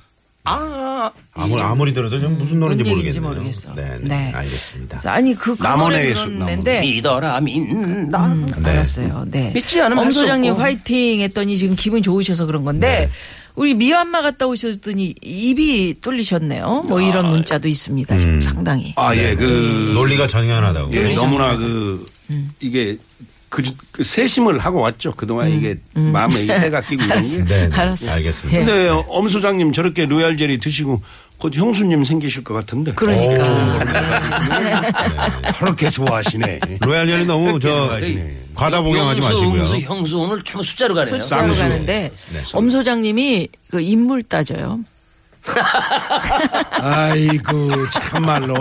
[SPEAKER 4] 아
[SPEAKER 1] 아무리, 아무리 들어도 좀 무슨 노래인지
[SPEAKER 2] 뭔 얘기인지
[SPEAKER 1] 모르겠네요.
[SPEAKER 2] 모르겠어.
[SPEAKER 1] 네네.
[SPEAKER 2] 네.
[SPEAKER 1] 알겠습니다.
[SPEAKER 2] 아니 그
[SPEAKER 3] 남원의
[SPEAKER 2] 남원의
[SPEAKER 3] 예술, 남원.
[SPEAKER 2] 예술인데 음.
[SPEAKER 4] 믿어라 믿는다
[SPEAKER 1] 네.
[SPEAKER 2] 알았어요. 네.
[SPEAKER 4] 믿지 않으면
[SPEAKER 2] 엄
[SPEAKER 4] 할수
[SPEAKER 2] 소장님
[SPEAKER 4] 없고.
[SPEAKER 2] 화이팅 했더니 지금 기분 좋으셔서 그런 건데
[SPEAKER 3] 네.
[SPEAKER 2] 우리 미얀마 갔다 오셨더니 입이 뚫리셨네요. 뭐 이런 문자도 있습니다. 지금 상당히.
[SPEAKER 3] 아, 예. 그
[SPEAKER 1] 네. 논리가 정연하다고.
[SPEAKER 2] 네.
[SPEAKER 3] 예, 너무나 그 이게 그, 그 세심을 하고 왔죠. 그동안 이게 마음에 이게 해가 끼고 있는 게.
[SPEAKER 1] 네.
[SPEAKER 2] 알았어.
[SPEAKER 1] 알겠습니다.
[SPEAKER 2] 예.
[SPEAKER 3] 근데 엄 소장님 저렇게 로얄젤리 드시고 곧 형수님 생기실 것 같은데.
[SPEAKER 2] 그러니까
[SPEAKER 3] 저렇게 좋아하시네.
[SPEAKER 1] 네. 로얄 젤리 너무 저
[SPEAKER 3] 하시네.
[SPEAKER 1] 과다 복용하지
[SPEAKER 4] 형수,
[SPEAKER 1] 마시고요.
[SPEAKER 4] 형수, 형수 오늘 참 숫자로 가네요.
[SPEAKER 2] 숫자로
[SPEAKER 3] 쌍수.
[SPEAKER 2] 가는데 엄 소장님이 그 인물 따져요.
[SPEAKER 3] 아이고 참말로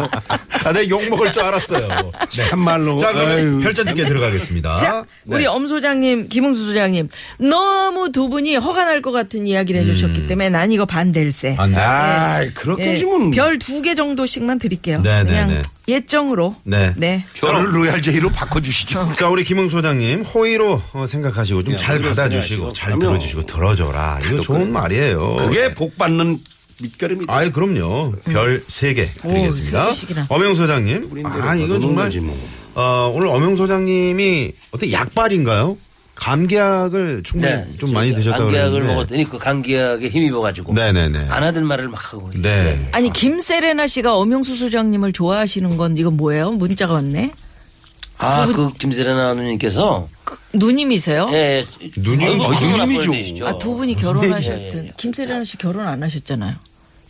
[SPEAKER 1] 아, 내가 욕먹을 줄 알았어요. 네.
[SPEAKER 3] 참말로.
[SPEAKER 1] 자, 그러면
[SPEAKER 3] 아유.
[SPEAKER 1] 별전 집게 들어가겠습니다.
[SPEAKER 3] 아,
[SPEAKER 1] 네.
[SPEAKER 2] 자,
[SPEAKER 3] 네.
[SPEAKER 2] 우리 엄 소장님, 김흥수 소장님, 너무 두 분이 허가 날 것 같은 이야기를 해주셨기 때문에 난 이거 반댈세. 예,
[SPEAKER 1] 안 돼.
[SPEAKER 3] 음. 아, 그렇게 지면
[SPEAKER 2] 네. 별 두 개 정도씩만 드릴게요.
[SPEAKER 1] 네, 네,
[SPEAKER 2] 그냥
[SPEAKER 1] 네.
[SPEAKER 2] 예정으로.
[SPEAKER 1] 네.
[SPEAKER 2] 네.
[SPEAKER 3] 별을 로얄제이로 바꿔주시죠.
[SPEAKER 1] 자, 우리 김웅 소장님, 호의로 어, 생각하시고 좀 잘
[SPEAKER 3] 그래서
[SPEAKER 1] 받아주시고,
[SPEAKER 3] 그래야죠.
[SPEAKER 1] 잘
[SPEAKER 3] 네, 그럼요.
[SPEAKER 1] 들어주시고, 들어줘라. 이거 좋은 말이에요. 네.
[SPEAKER 3] 그게 복 받는 밑거름이다.
[SPEAKER 1] 아이 그럼요. 별 세 개
[SPEAKER 2] 세
[SPEAKER 1] 드리겠습니다.
[SPEAKER 2] 개씩이나.
[SPEAKER 1] 엄영 소장님.
[SPEAKER 3] 우린
[SPEAKER 1] 아,
[SPEAKER 3] 대로
[SPEAKER 1] 이거
[SPEAKER 3] 받아놓은
[SPEAKER 1] 정말
[SPEAKER 3] 거지, 뭐.
[SPEAKER 1] 어, 오늘 엄영 소장님이 어떻게 약발인가요? 감기약을 충분히
[SPEAKER 3] 네.
[SPEAKER 1] 네, 좀 많이
[SPEAKER 3] 그렇죠.
[SPEAKER 1] 드셨다고
[SPEAKER 4] 감기약을
[SPEAKER 1] 그러는데.
[SPEAKER 4] 네. 먹었더니 그 감기약에 힘입어 가지고
[SPEAKER 1] 네네네.
[SPEAKER 4] 안 하던 말을 막 하고
[SPEAKER 1] 네.
[SPEAKER 2] 아니, 김세레나 씨가 엄영수 소장님을 좋아하시는 건 이건 뭐예요? 문자가 왔네? 두 분-
[SPEAKER 4] 아그 김세레나 누님께서
[SPEAKER 2] 그, 누님이세요?
[SPEAKER 4] 예
[SPEAKER 1] 누님? 어,
[SPEAKER 3] 누님이죠.
[SPEAKER 2] 아, 두 분이 결혼하셨던.
[SPEAKER 4] 예, 예, 예.
[SPEAKER 2] 김세레나 씨 결혼 안 하셨잖아요.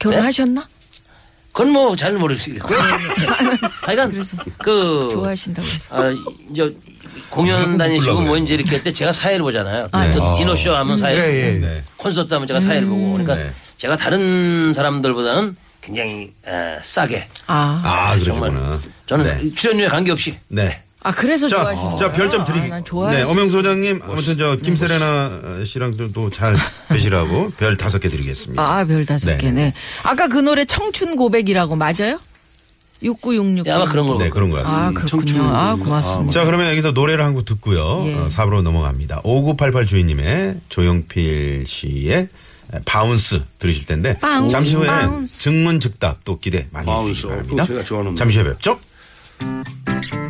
[SPEAKER 2] 결혼하셨나?
[SPEAKER 4] 네. 그건 뭐 잘 모르시겠고 *laughs* 하여간 그
[SPEAKER 2] 네. 좋아하신다고 해서.
[SPEAKER 4] 아, 이제 공연 다니시고 뭐 이제 이렇게 할 때 제가 사회를 보잖아요.
[SPEAKER 2] 네.
[SPEAKER 4] 또
[SPEAKER 1] 아.
[SPEAKER 4] 디너쇼 하면 사회를 보고
[SPEAKER 1] 예, 예. 네.
[SPEAKER 4] 콘서트 하면 제가 사회를 보고 그러니까
[SPEAKER 1] 네.
[SPEAKER 4] 제가 다른 사람들보다는 굉장히 에, 싸게
[SPEAKER 2] 아.
[SPEAKER 1] 아,
[SPEAKER 3] 네,
[SPEAKER 1] 그러시구나.
[SPEAKER 4] 저는
[SPEAKER 1] 네.
[SPEAKER 4] 출연료에 관계없이
[SPEAKER 1] 네.
[SPEAKER 2] 아, 그래서
[SPEAKER 1] 자,
[SPEAKER 2] 좋아하시는 거예요?
[SPEAKER 1] 자, 별점
[SPEAKER 2] 아,
[SPEAKER 1] 드리기.
[SPEAKER 2] 난
[SPEAKER 1] 네,
[SPEAKER 2] 좋아하시
[SPEAKER 1] 엄영 소장님, 아무튼 저 김세레나 씨랑
[SPEAKER 2] *laughs*
[SPEAKER 1] 또잘 되시라고 별 다섯 개 드리겠습니다.
[SPEAKER 2] 아, 별 다섯
[SPEAKER 1] 네.
[SPEAKER 2] 개, 네. 아까 그 노래 청춘 고백이라고 맞아요? 6966.
[SPEAKER 4] 네, 아마 그런 거
[SPEAKER 1] 네, 그런 것 같습니다.
[SPEAKER 2] 아, 그렇군요. 아, 고맙습니다.
[SPEAKER 1] 자, 그러면 여기서 노래를 한 곡 듣고요.
[SPEAKER 2] 예.
[SPEAKER 1] 어, 4부로 넘어갑니다. 5988 주인님의 조용필 씨의 바운스 들으실 텐데
[SPEAKER 2] 바운스,
[SPEAKER 1] 잠시 후에 는
[SPEAKER 2] 바운스.
[SPEAKER 1] 증문 즉답 또 기대 많이
[SPEAKER 3] 바운스.
[SPEAKER 1] 해주시기
[SPEAKER 3] 어,
[SPEAKER 1] 바랍니다.
[SPEAKER 3] 제가 좋아하는
[SPEAKER 1] 잠시 후에 뵙죠.